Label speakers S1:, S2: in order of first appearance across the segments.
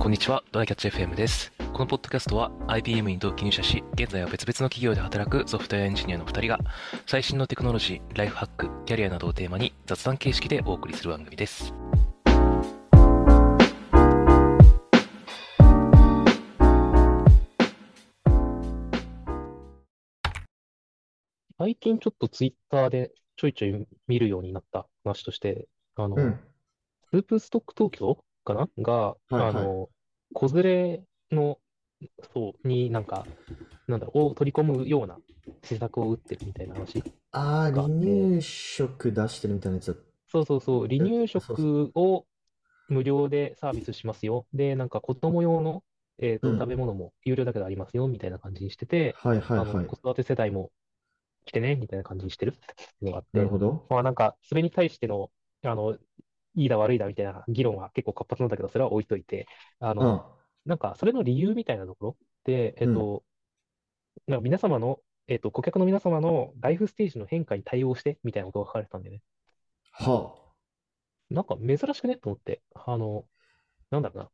S1: こんにちは、ドライキャッチ FM です。このポッドキャストは IBM に同期入社し、現在は別々の企業で働くソフトウェアエンジニアの2人が、最新のテクノロジー、ライフハック、キャリアなどをテーマに雑談形式でお送りする番組です。最近ちょっとツイッターでちょいちょい見るようになった話として、あの、
S2: うん。
S1: スープストック東京かなが、
S2: いはい
S1: あの、子連れの、そう、になんか、なんだろう、を取り込むような施策を打ってるみたいな話。な
S2: ああ、
S1: んか
S2: 離乳食出してるみたいなやつだ。
S1: そうそうそう、離乳
S2: そうそ
S1: 食を無料でサービスしますよ。で、なんか子供用の、えーと、
S2: うん
S1: 食べ物も有料だけどありますよ、みたいな感じにしてて、
S2: はいはい
S1: あの、
S2: はい。
S1: 子育て世代も来てね、みたいな感じにしてるのがあっ
S2: なる
S1: て、
S2: ほど。
S1: まあなんか、それに対しての、あの、いいだ悪いだみたいな議論は結構活発なんだけど、それは置いといて、あ
S2: う
S1: の、
S2: ん。
S1: なんか、それの理由みたいなところで、えっと、なんか皆様の、えっと、顧客の皆様のライフステージの変化に対応してみたいなことが書かれてたんでね、
S2: は
S1: なんか珍しくねと思って、あの、なんだろうな、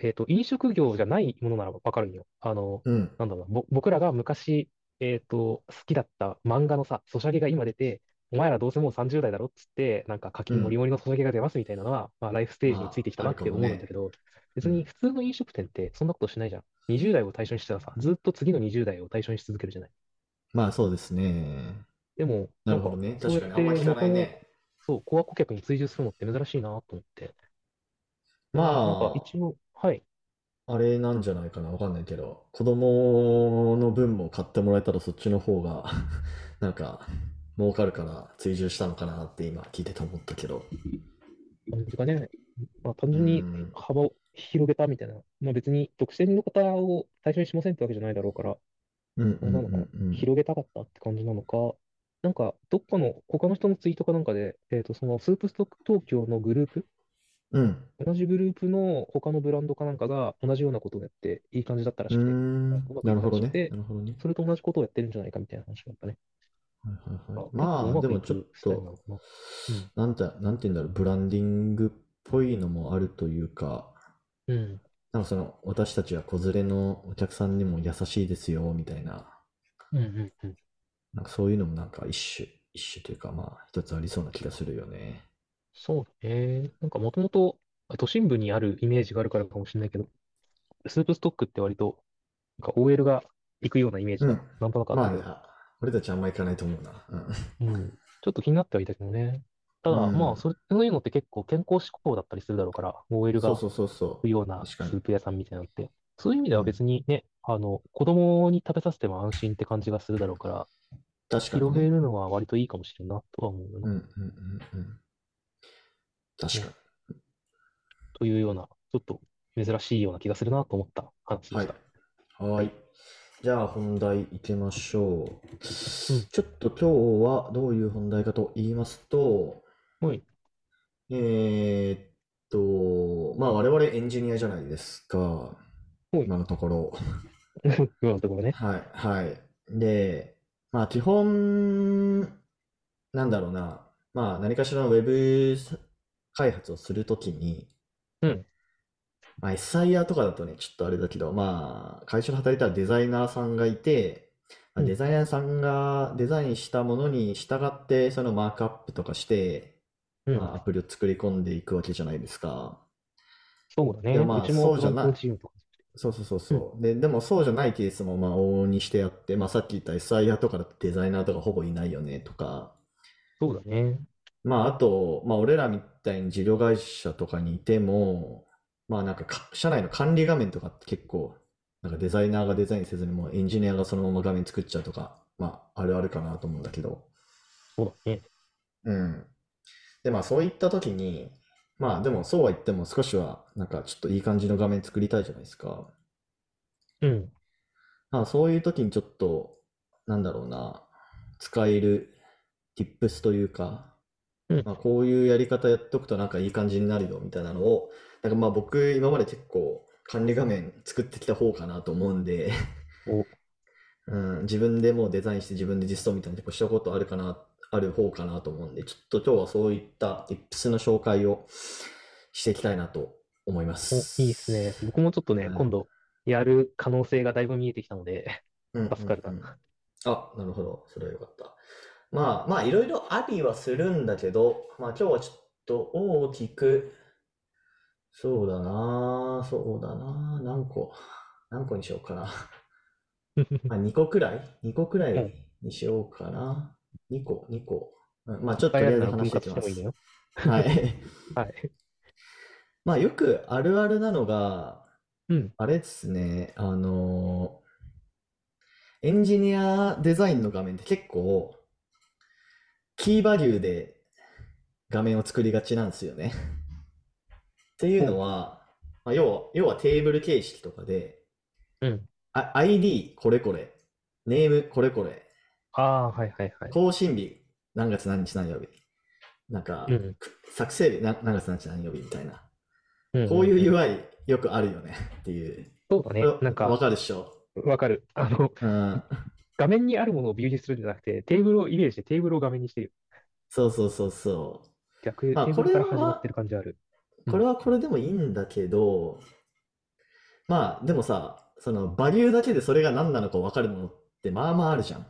S1: えっと、飲食業じゃないものならわかるんよ。あの、
S2: あ。うん。
S1: なんだろうな、ぼ僕らが昔、えっと、好きだった漫画のさ、ソシャゲが今出て、お前らどうせもう30代だろっつって、なんか課金もりもりのソシャゲが出ますみたいなのは、まあ、ライフステージについてきたなって思うんだけど、別に普通の飲食店ってそんなことしないじゃん。20代を対象にしてたらさ、ずっと次の20代を対象にし続けるじゃない。
S2: まあそうですね。
S1: でも、な
S2: なる
S1: ん
S2: ほ
S1: か、
S2: どね。
S1: そう
S2: 確
S1: や
S2: か
S1: っ
S2: にあんま
S1: て
S2: 聞かない
S1: 元の
S2: ね。
S1: そう、コア顧客に追従するのって珍しいなと思って。なん
S2: ま
S1: か一応、はい。
S2: あ、あれなんじゃないかな。わかんないけど。子供の分も買ってもらえたらそっちの方が、 なんか、儲かるから追従したのかなって今聞いてて思ったけど。
S1: なんていうかね、まあ、単純に
S2: うん
S1: 幅を広げたみたいな、まあ、別に独占の方を対象にしませんってわけじゃないだろうから、
S2: うんうんうんうん。
S1: 広げたかったって感じなのか、なんかどっかの他の人のツイートかなんかで、えーと、そのスープストック東京のグループ、
S2: うん。
S1: 同じグループの他のブランドかなんかが同じようなことをやっていい感じだったらし
S2: うー
S1: くて、
S2: ん。
S1: うまくい
S2: なるほど
S1: かなくて
S2: ね。なるほどね。
S1: それと同じことをやってるんじゃないかみたいな話があったね。
S2: はいはいはい。
S1: あ結構
S2: ま
S1: う
S2: あ、
S1: ま
S2: で
S1: くい
S2: もちょっ
S1: くスタイルな
S2: と
S1: のか、な。うん
S2: なんて、なんて言うんだろう、ブランディングっぽいのもあるというか、
S1: うん、
S2: なんかその、私たちは子連れのお客さんにも優しいですよ、みたいな、
S1: うん、うん、うん。
S2: なんかそういうのもなんか一種、一種というか、まあ、一つありそうな気がするよね。
S1: そうね。なんかもともと都心部にあるイメージがあるからかもしれないけど、スープストックって割と、なんか OL が行くようなイメージ
S2: う
S1: が
S2: ん。
S1: なんとなくあっ
S2: ま
S1: た
S2: あ
S1: け
S2: ね
S1: ど、、
S2: 俺たちあんま行かないと思うな。うん。
S1: うん。ちょっと気になってはいたけどね。ただ、
S2: うん
S1: まあ、それそういうのって結構健康志向だったりするだろうから、OL
S2: そう
S1: が
S2: そうそうそ
S1: 行
S2: う
S1: く。ような
S2: 確かに
S1: スープ屋さんみたいなのって、そういう意味では
S2: うん
S1: 別にね、あの、子供に食べさせても安心って感じがするだろうから、
S2: 確かに
S1: 広め
S2: ね。
S1: るのは割といいかもしれんなとは思うよ
S2: うん
S1: な、
S2: うんうんうん。確か
S1: というような、ちょっと珍しいような気がするなと思った話でし
S2: に。はい
S1: た。。
S2: はーい。じゃあ本題いきましょう。
S1: うん
S2: ちょっと今日はどういう本題かと言いますと、
S1: はい。
S2: えーっと、まあ我々エンジニアじゃないですか。
S1: い
S2: 今のところ。
S1: 今のところね。
S2: はい、はい。で、まあ基本、なんだろうな。まあ何かしらのウェブ開発をするときに、
S1: うん
S2: まあ SIR とかだとね、ちょっとあれだけど、まあ会社で働いたらデザイナーさんがいて、まあ
S1: うん
S2: デザイナーさんがデザインしたものに従って、そのマークアップとかして、
S1: うん
S2: まあ、アプリを作り込んでいくわけじゃないですか。
S1: そうだね。
S2: でもまあ
S1: うちも
S2: そうじゃない
S1: フロントチームとか。
S2: そうそうそうそう。で、でもそうじゃないケースもまあ往々にしてあって、まあさっき言った SIR とかだとデザイナーとかほぼいないよねとか、
S1: そうだね。
S2: まああと、まあ俺らみたいに事業会社とかにいても、まあなんかか社内の管理画面とかって結構、なんかデザイナーがデザインせずにもうエンジニアがそのまま画面作っちゃうとか、まああるあるかなと思うんだけど。
S1: そうだね。
S2: うん。で、まあそういった時に、まあでもそうは言っても少しはなんかちょっといい感じの画面作りたいじゃないですか。
S1: うん。
S2: まあ、そういう時にちょっと、なんだろうな、使える tips というか
S1: うん、
S2: まあ、こういうやり方やっとくとなんかいい感じになるよみたいなのを、なんかまあ僕今まで結構管理画面作ってきた方かなと思うんで、
S1: お、
S2: うん、自分でもうデザインして自分で実装みたいなことしたことあるかな、ある方かなと思うんで、ちょっと今日はそういった tips の紹介をしていきたいなと思いま
S1: お、いいですね。
S2: す。
S1: 僕もちょっとね、
S2: はい
S1: 今度やる可能性がだいぶ見えてきたので、
S2: うん
S1: 助かる
S2: う
S1: なん
S2: うんあ、なるほど。それはよかった。まあ、まあ、いろいろありはするんだけど、まあ、今日はちょっと大きく、そうだなあ、そうだなあ、何個、何個にしようかな。まあ、2個くらい ?2 個くら
S1: はい
S2: いにしようかな。2個、2個。うんまあ、ちょっと
S1: ダイ
S2: と
S1: ヤ
S2: り
S1: ルなら
S2: あえず
S1: 分
S2: 話し
S1: 割 し
S2: ていきま
S1: てもいい
S2: す
S1: の。よ。
S2: はい。
S1: はい。
S2: まあ、よくあるあるなのが、
S1: うん。
S2: あれですね、あのエンジニアデザインの画面って結構、キーバリューで画面を作りがちなんですよね。っていうの
S1: ほ
S2: は、まあ、要は、要はテーブル形式とかで、
S1: う。うん。
S2: あ ID これこれ、ネームこれこれ、
S1: ああ、はいはいはい。
S2: 更新日何月何日何曜日、なん
S1: う
S2: か
S1: ん。
S2: く作成日何何月何日何曜日みたいな、
S1: うん
S2: こう
S1: うん
S2: い
S1: うん。
S2: う UI よくあるよねっていう。
S1: そうだ
S2: これ
S1: ね。なん
S2: わ
S1: か、
S2: かるでしょ
S1: わかる。あの、
S2: うん。
S1: 画面にあるものをビューにするんじゃなくて、テーブルをイメージしてテーブルを画面にしてる。
S2: そうそうそうそう。
S1: 逆、
S2: まあ、
S1: テー
S2: こ
S1: ブル
S2: れ
S1: から始まって
S2: は、
S1: る感じある。う
S2: これ
S1: ん。
S2: はこれでもいいんだけど、まあ、でもさ、その、バリューだけでそれが何なのか分かるものって、まあまああるじゃん。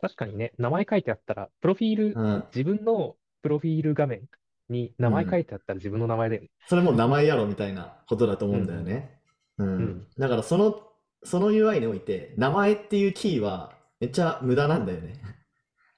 S1: 確かにね、名前書いてあったら、プロフィール、
S2: うん。
S1: 自分のプロフィール画面に
S2: う
S1: 名前書
S2: ん。
S1: いてあったら自分の名前だよね。
S2: それもう名前やろみたいなことだと
S1: う
S2: 思うんだよ
S1: ん
S2: ね。う。
S1: うん。うんん。
S2: だから、その、その UI において、名前っていうキーは、めっちゃ無駄なんだよね。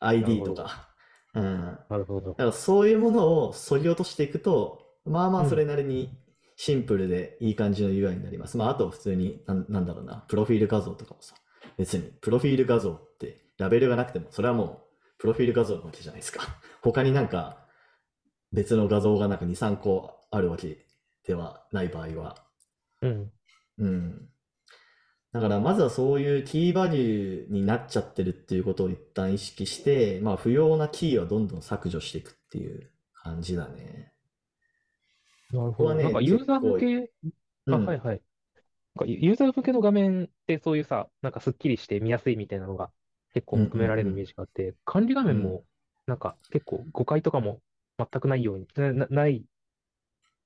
S1: なる
S2: ID
S1: ほ
S2: と
S1: ど。
S2: か。うん。
S1: なるほど。
S2: だからそういうものを削ぎ落としていくと、まあま
S1: う
S2: あそれ
S1: ん。
S2: なりにシンプルでいい感じの UI になります。まああと普通に、なん、なんだろうな、プロフィール画像とかもさ、別にプロフィール画像ってラベルがなくても、それはもうプロフィール画像なわけじゃないですか。 他になんか別の画像がなんか2、3個あるわけではない場合は。
S1: うん。
S2: うん。だからまずはそういうキーバリューになっちゃってるっていうことを一旦意識して、まあ不要なキーはどんどん削除していくっていう感じだね。
S1: なる
S2: ここ
S1: ほ
S2: は
S1: ど。なん
S2: ね、
S1: かユー
S2: 結
S1: ザー向
S2: 構、
S1: け、
S2: う
S1: あ、はい
S2: ん、
S1: はい。なんかユユーザー向けの画面ってそういうさ、なんかすっきりして見やすいみたいなのが結構
S2: うん
S1: 求められるイメージがあって、管理画
S2: うんう
S1: 面
S2: ん、うん。
S1: もなんか結構誤解とかも全くないように、な、なない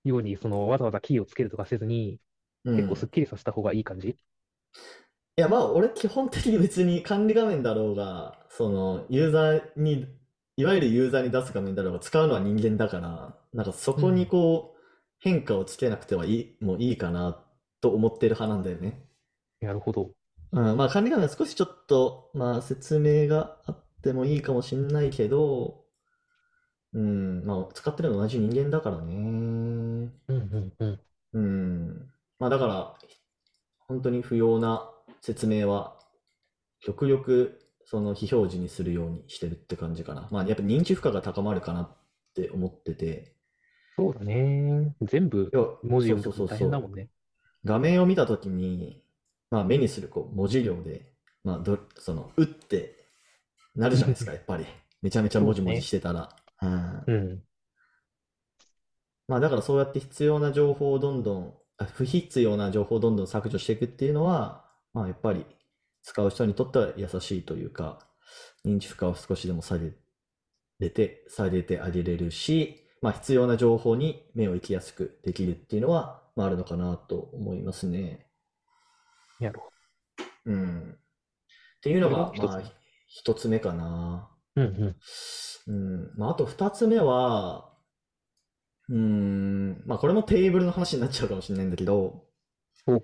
S1: ように、そのわざわざキーをつけるとかせずに、
S2: う
S1: 結構すっ
S2: ん
S1: きりさせた方がいい感じ
S2: いや、まあ俺基本的に別に管理画面だろうが、そのユーザーに、いわゆるユーザーに出す画面だろうが使うのは人間だから、なんかそうこに
S1: ん。
S2: こう変化をつけなくてはいい、もういいかなと思ってる派なんだよね。
S1: なるほど。
S2: うん、まあ管理官が少しちょっと、まあ説明があってもいいかもしんないけど、うん、まあ使ってるの同じ人間だからね。
S1: うんうんうん。
S2: うん。まあだから、本当に不要な説明は、極力、その非表示にするようにしてるって感じかな。まあやっぱ認知負荷が高まるかなって思ってて、
S1: そうだね。全部
S2: 要は、
S1: 文字
S2: そ
S1: 読
S2: う
S1: み
S2: そ
S1: 解くの大変
S2: うそう
S1: だも
S2: そ
S1: んね。
S2: う。画面を見たときに、まあ目にするこう文字量で、まあど、その、打って、なるじゃないですか、やっぱり。めちゃめちゃ
S1: そ
S2: も
S1: う
S2: じ
S1: だ
S2: もじ
S1: ね。
S2: してたら。うん。
S1: うん。
S2: まあだからそうやって必要な情報をどんどん、あ不必要な情報をどんどん削除していくっていうのは、まあやっぱり使う人にとっては優しいというか、認知負荷を少しでも下げれて、下げてあげれるし、まあ必要な情報に目を行きやすくできるっていうのは、まああるのかなと思いますね。
S1: なるほど。
S2: うん。っていうの
S1: それが
S2: が、
S1: 一
S2: ま
S1: つ
S2: あ
S1: 目。
S2: 一つ目かな。
S1: うんうん。
S2: うん。まああと二つ目は、うーん、まあこれもテーブルの話になっちゃうかもしれないんだけど、
S1: お、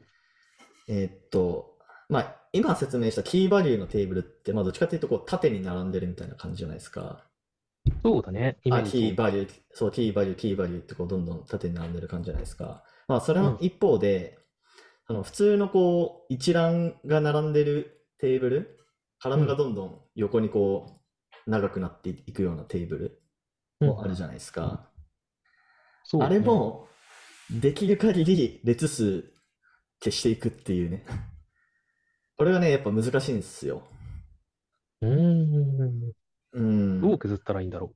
S2: えーっと、まあ今説明したキーバリューのテーブルって、まあどっちかっていうとこう縦に並んでるみたいな感じじゃないですか。
S1: そうだね。イメ
S2: あ、
S1: ージ
S2: キー
S1: そ
S2: バリュー、そう、キーバリュー、キーバリューってこうどんどん縦に並んでる感じじゃないですか。まあそれ
S1: う。う
S2: の
S1: ん。
S2: 一方で、あの普通のこう一覧が並んでるテーブル、カラ
S1: う
S2: ムが
S1: ん。
S2: どんどん横にこう長くなっていくようなテーブル
S1: うん
S2: もあ
S1: う
S2: る
S1: ん。
S2: じゃないですか。
S1: そ
S2: あ
S1: うだ
S2: れ
S1: ね。
S2: もできる限り列数消していくっていうね。 これがね、やっぱ難しいんですよ。
S1: うーん。
S2: う。
S1: どうん削ったらいいんだろ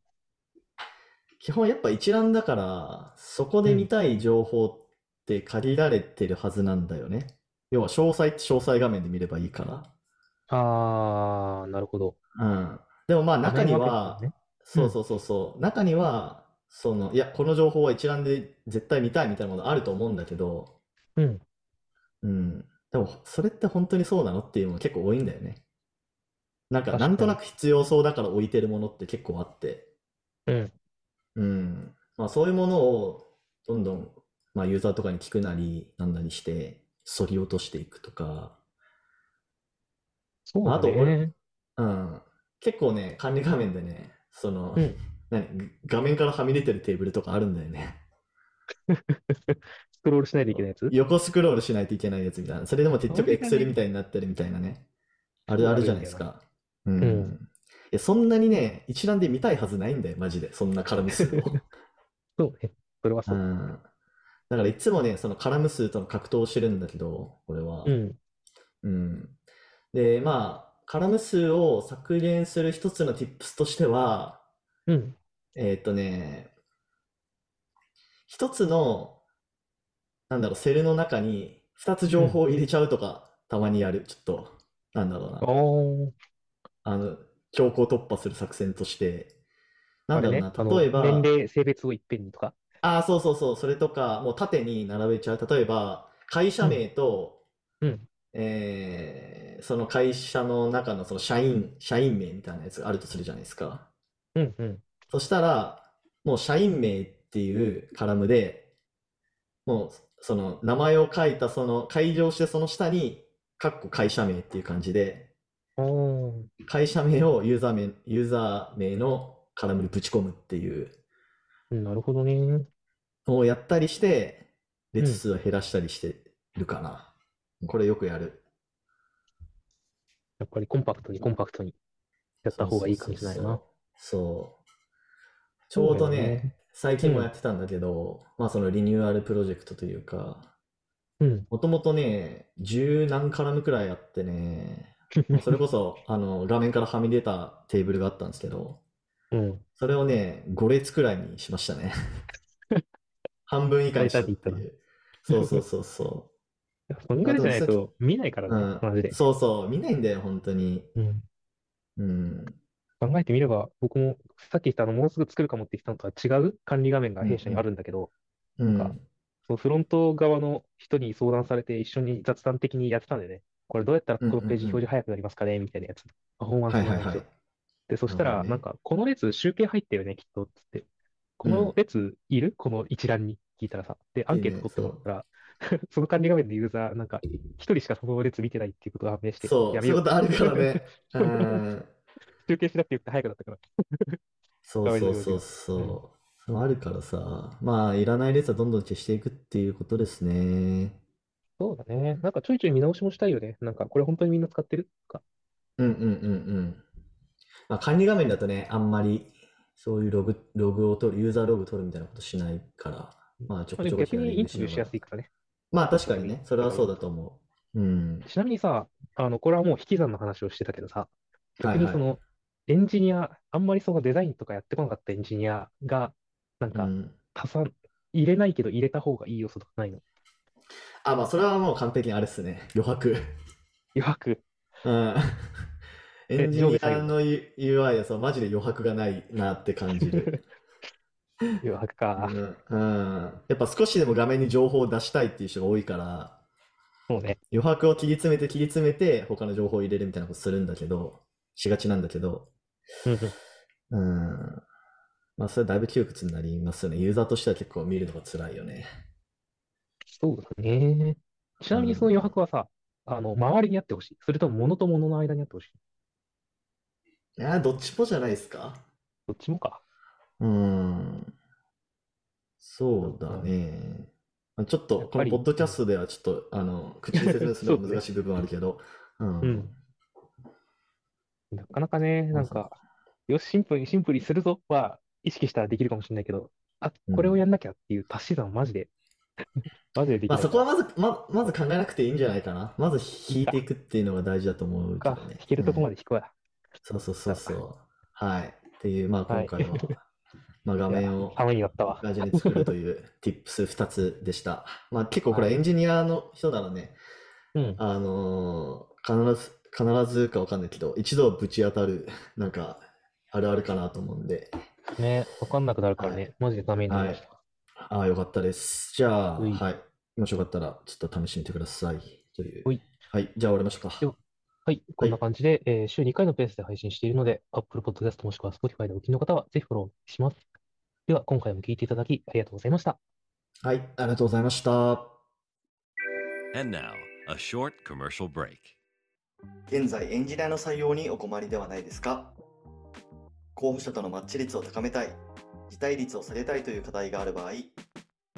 S2: 基本やっぱ一覧だから、そこ
S1: う。う
S2: で見
S1: ん。
S2: たい情報って限られてるはずなんだよね。要は詳細って詳細画面で見ればいいから。
S1: あー、なるほど。
S2: うん。でもまあ
S1: 画
S2: 中
S1: 面
S2: に
S1: は結構
S2: は、
S1: ね。う。
S2: そうんそうそうそう、中にはその、いや、この情報は一覧で絶対見たいみたいなものあると思うんだけど、
S1: うん。
S2: うん。でも、それって本当にそうなのっていうのも結構多いんだよね。なんか、な
S1: 確
S2: ん
S1: か
S2: とな
S1: に。
S2: く必要そうだから置いてるものって結構あって、
S1: うん。
S2: うん。まあ、そういうものをどんどん、まあ、ユーザーとかに聞くなり、なんなりして、削り落としていくとか、
S1: そう
S2: まあ、あ
S1: だ
S2: と俺、
S1: ね。
S2: うん、結構ね、管理画面でね、その、
S1: うん。
S2: 何、画面からはみ出てるテーブルとかあるんだよね。
S1: スクロールしないといけないやつ
S2: 横スクロールしないといけないやつみたいな。それでも結
S1: そ
S2: 局
S1: れが
S2: Excel
S1: ね、
S2: みたいになってるみたいなね。あ
S1: 超
S2: れある
S1: 悪
S2: じ
S1: い
S2: ゃ
S1: ん
S2: ない
S1: だよ
S2: です
S1: な。
S2: か。う
S1: うん。
S2: ん。いや、そんなにね、一覧で見たいはずないんだよ、マジで。そんな絡む数を。
S1: そうね。それは
S2: う
S1: そう。
S2: ん。だからいつもね、その絡む数との格闘をしてるんだけど、これ
S1: う
S2: は。
S1: ん。
S2: うん。で、まあ、絡む数を削減する一つの tips としては、
S1: うん。
S2: えーっとね、一つの、なんだろう、セルの中に二つ
S1: う
S2: 情
S1: ん。
S2: 報を入れちゃうとか、たまにやる。ちょっと、なんだろうな。
S1: おー。
S2: あの、強行突破する作戦として、な
S1: あ
S2: ん
S1: れ
S2: だろう
S1: ね。
S2: な、
S1: あ
S2: 例
S1: の、
S2: え
S1: 年
S2: ば、
S1: 齢、性別をいっぺんにとか。
S2: ああ、そうそうそう、それとか、もう縦に並べちゃう。例えば、会
S1: う
S2: 社
S1: ん。
S2: 名と、
S1: うん。
S2: えーその会社の中のその社員、社員名みたいなやつがあるとするじゃないですか。
S1: うん。うん。
S2: そしたら、もう社員名っていうカラムで、もうその名前を書いた、その開業してその下に、かっこ会社名っていう感じで、
S1: おー。
S2: 会社名をユーザー名、ユーザー名のカラムにぶち込むっていう
S1: うんなるほどね。
S2: のをやったりして、
S1: う
S2: 列
S1: ん。
S2: 数を減らしたりしてるかな。これよくやる。
S1: やっぱりコンパクトにコンパクトにやっ
S2: そ
S1: た
S2: う
S1: 方が
S2: そ
S1: いうい
S2: そ
S1: 感
S2: う
S1: じなんやな。
S2: そう。そう。ち
S1: そ
S2: ょ
S1: うだよ
S2: うど
S1: ね。
S2: ね、最
S1: う
S2: 近も
S1: ん。
S2: やってたんだけど、まあそのリニューアルプロジェクトというか、
S1: うん。
S2: もともとね、十何カラムくらいあってね、まあ、それこそあの画面からはみ出たテーブルがあったんですけど、
S1: うん。
S2: それをね、5列くらいにしまし たね。半分以下
S1: 大
S2: にし
S1: 胆
S2: たっ
S1: に言ってたな。
S2: いう。そうそうそうそ
S1: そん
S2: う。
S1: ぐ
S2: あ
S1: らいじゃない
S2: とね、さっき、
S1: と見ないから
S2: う
S1: ね、
S2: ん、
S1: マジで。
S2: そうそう、見ないんだよ、本当に。
S1: うん。
S2: うん、
S1: 考えてみれば、僕もさっき言ったあの、もうすぐ作るかもって言ったのとは違う管理画面が
S2: う
S1: 弊社にあ
S2: ん、
S1: るんだけど、
S2: う
S1: なん
S2: ん、う
S1: か、
S2: ん。
S1: そのフロント側の人に相談されて一緒に雑談的にやってたんだよね。これどうやったら
S2: うん
S1: この
S2: うん
S1: ページ
S2: う
S1: 表示
S2: ん。
S1: 早くなりますかねみたいなやつ。パフォーマン
S2: は
S1: ス
S2: い
S1: の
S2: はいは
S1: 話
S2: い。
S1: を。で、そし
S2: な
S1: た
S2: るほど
S1: ら、なん
S2: ね。
S1: か、この列集計入ってるよね、きっと、つって。こ
S2: う
S1: の
S2: ん。
S1: 列いるこの一覧に聞いたらさ。で、アン
S2: で
S1: ケート取
S2: ね、
S1: ってもらっ
S2: そ
S1: たら、その管理画面のユーザー、なんか、一人しかその列見てないっていうことが判明し
S2: う、
S1: て、
S2: そ
S1: やめ
S2: う、そうい
S1: よ
S2: うことあるからね。う
S1: う。
S2: ん。
S1: 集計しなくてよくて早くなったから、
S2: そう
S1: ダメだ
S2: そう
S1: よ、うち
S2: そう
S1: が。うん。
S2: そう。それもあるからさ、まあ、いらない列はどんどん消していくっていうことですね。
S1: そうだね。なんかちょいちょい見直しもしたいよね。なんか、これ本当にみんな使ってるとか。
S2: うんうんうんうん。まあ、管理画面だとね、あんまりそういうログ、ログを取る、ユーザーログ取るみたいなことしないから、まあ、ちょ
S1: まあ、
S2: く
S1: で
S2: ち
S1: も逆
S2: ょくヒアリ
S1: に
S2: ン
S1: イン
S2: グ
S1: タ
S2: し
S1: ビュー
S2: な
S1: し
S2: が
S1: や
S2: ら。
S1: すいからね。
S2: まあ、
S1: お
S2: 確か
S1: 互い
S2: に
S1: に
S2: ね、それ
S1: お
S2: は
S1: 互い
S2: そう
S1: に。
S2: だと思う。うん。
S1: ちなみにさ、あの、これはもう引き算の話をしてたけどさ、
S2: は
S1: 逆
S2: い
S1: に
S2: は
S1: そ
S2: い。
S1: の、エンジニア、あんまりそのデザインとかやってこなかったエンジニアが、なん
S2: う
S1: か、
S2: ん。
S1: 加算、入れないけど入れた方がいい要素とかないの
S2: あ、まあ、それはもう完璧にあれっすね。余白。
S1: 余白。
S2: うん。エ
S1: え、
S2: ンジ
S1: 上下
S2: ニ
S1: 左
S2: ア
S1: 右と
S2: の
S1: か。
S2: U- UI はさ、マジで余白がないなって感 じる。
S1: 余白
S2: う
S1: か。
S2: ん。うん。やっぱ少しでも画面に情報を出したいっていう人が多いから、
S1: そうね。
S2: 余白を切り詰めて切り詰めて、他の情報を入れるみたいなことするんだけど、しがちなんだけど、
S1: うんうん。
S2: うん。まあ、それはだいぶ窮屈になりますよね。ユーザーとしては結構見るのが辛いよね。
S1: そうだね。ち
S2: う
S1: なみにその余
S2: ん。
S1: 白はさ、あの、周りにあってほしい。それとも物と物の間にあってほしい。
S2: いやー、どっちもじゃないですか。
S1: どっちもか。
S2: うん。
S1: な
S2: そ
S1: る
S2: う
S1: ほ
S2: だ
S1: ど。
S2: ね。ちょっ
S1: や
S2: と、
S1: っ
S2: こ
S1: ぱ
S2: のポ
S1: り、
S2: ッドキ
S1: う
S2: ャス
S1: ん。
S2: トではちょっと、あの、口で説明する
S1: そう
S2: の
S1: だ
S2: は難
S1: ね。
S2: しい部分はあるけど、う。
S1: うんん。なかなかね、
S2: ま
S1: な
S2: あ
S1: ん
S2: そ
S1: か、よし、シンプルにシンプルにするぞは意識したらできるかもしれないけど、あ、
S2: う
S1: これを
S2: ん。
S1: やんなきゃっていう足し算はマジで、 マジでで
S2: ま
S1: きない
S2: あそ
S1: か
S2: こは
S1: ら、
S2: まず、ま、まず考えなくていいんじゃないかな。まず
S1: 引い
S2: 引いて
S1: た。
S2: いくっていうのが大事だと思うけど
S1: か、
S2: ね。
S1: 引け
S2: う
S1: るとこま
S2: ん。
S1: で引くわ。
S2: そうそうそ
S1: だ
S2: う
S1: な。
S2: そう。はい。っていう、まあ
S1: は
S2: 今
S1: い。
S2: 回 は、まあ画
S1: いや、
S2: 面を
S1: ためになった
S2: いい
S1: わ。
S2: 感じに作るという Tips2 つでした。まあ結構こ
S1: は
S2: れエ
S1: い。
S2: ンジニアの人ならね、
S1: うん。
S2: あの ー必ず、必ずかわかんないけど、一度ぶち当たる、なんか、あるあるかなと思うんで。
S1: ね、わかんなくなるからね、マジでためになりました。
S3: ああ、よかったです。じゃあ、
S1: うい
S3: はい。もしよかったら、ちょっと試してみてください。という
S1: ほい。
S3: はい。じゃあ、終わりましょうか。
S1: よはい、こんな感じで、えー週2回のペースで配信しているので、Apple Podcast もしくは Spotify でお聞きの方は、ぜひフォローします。では、今回も聞いていただき、ありがとうございました。
S3: はい。ありがとうございました。
S4: And now, a short commercial break.
S2: 現在エンジニアの採用にお困りではないですか候補者とのマッチ率を高めたい辞退率を下げたいという課題がある場合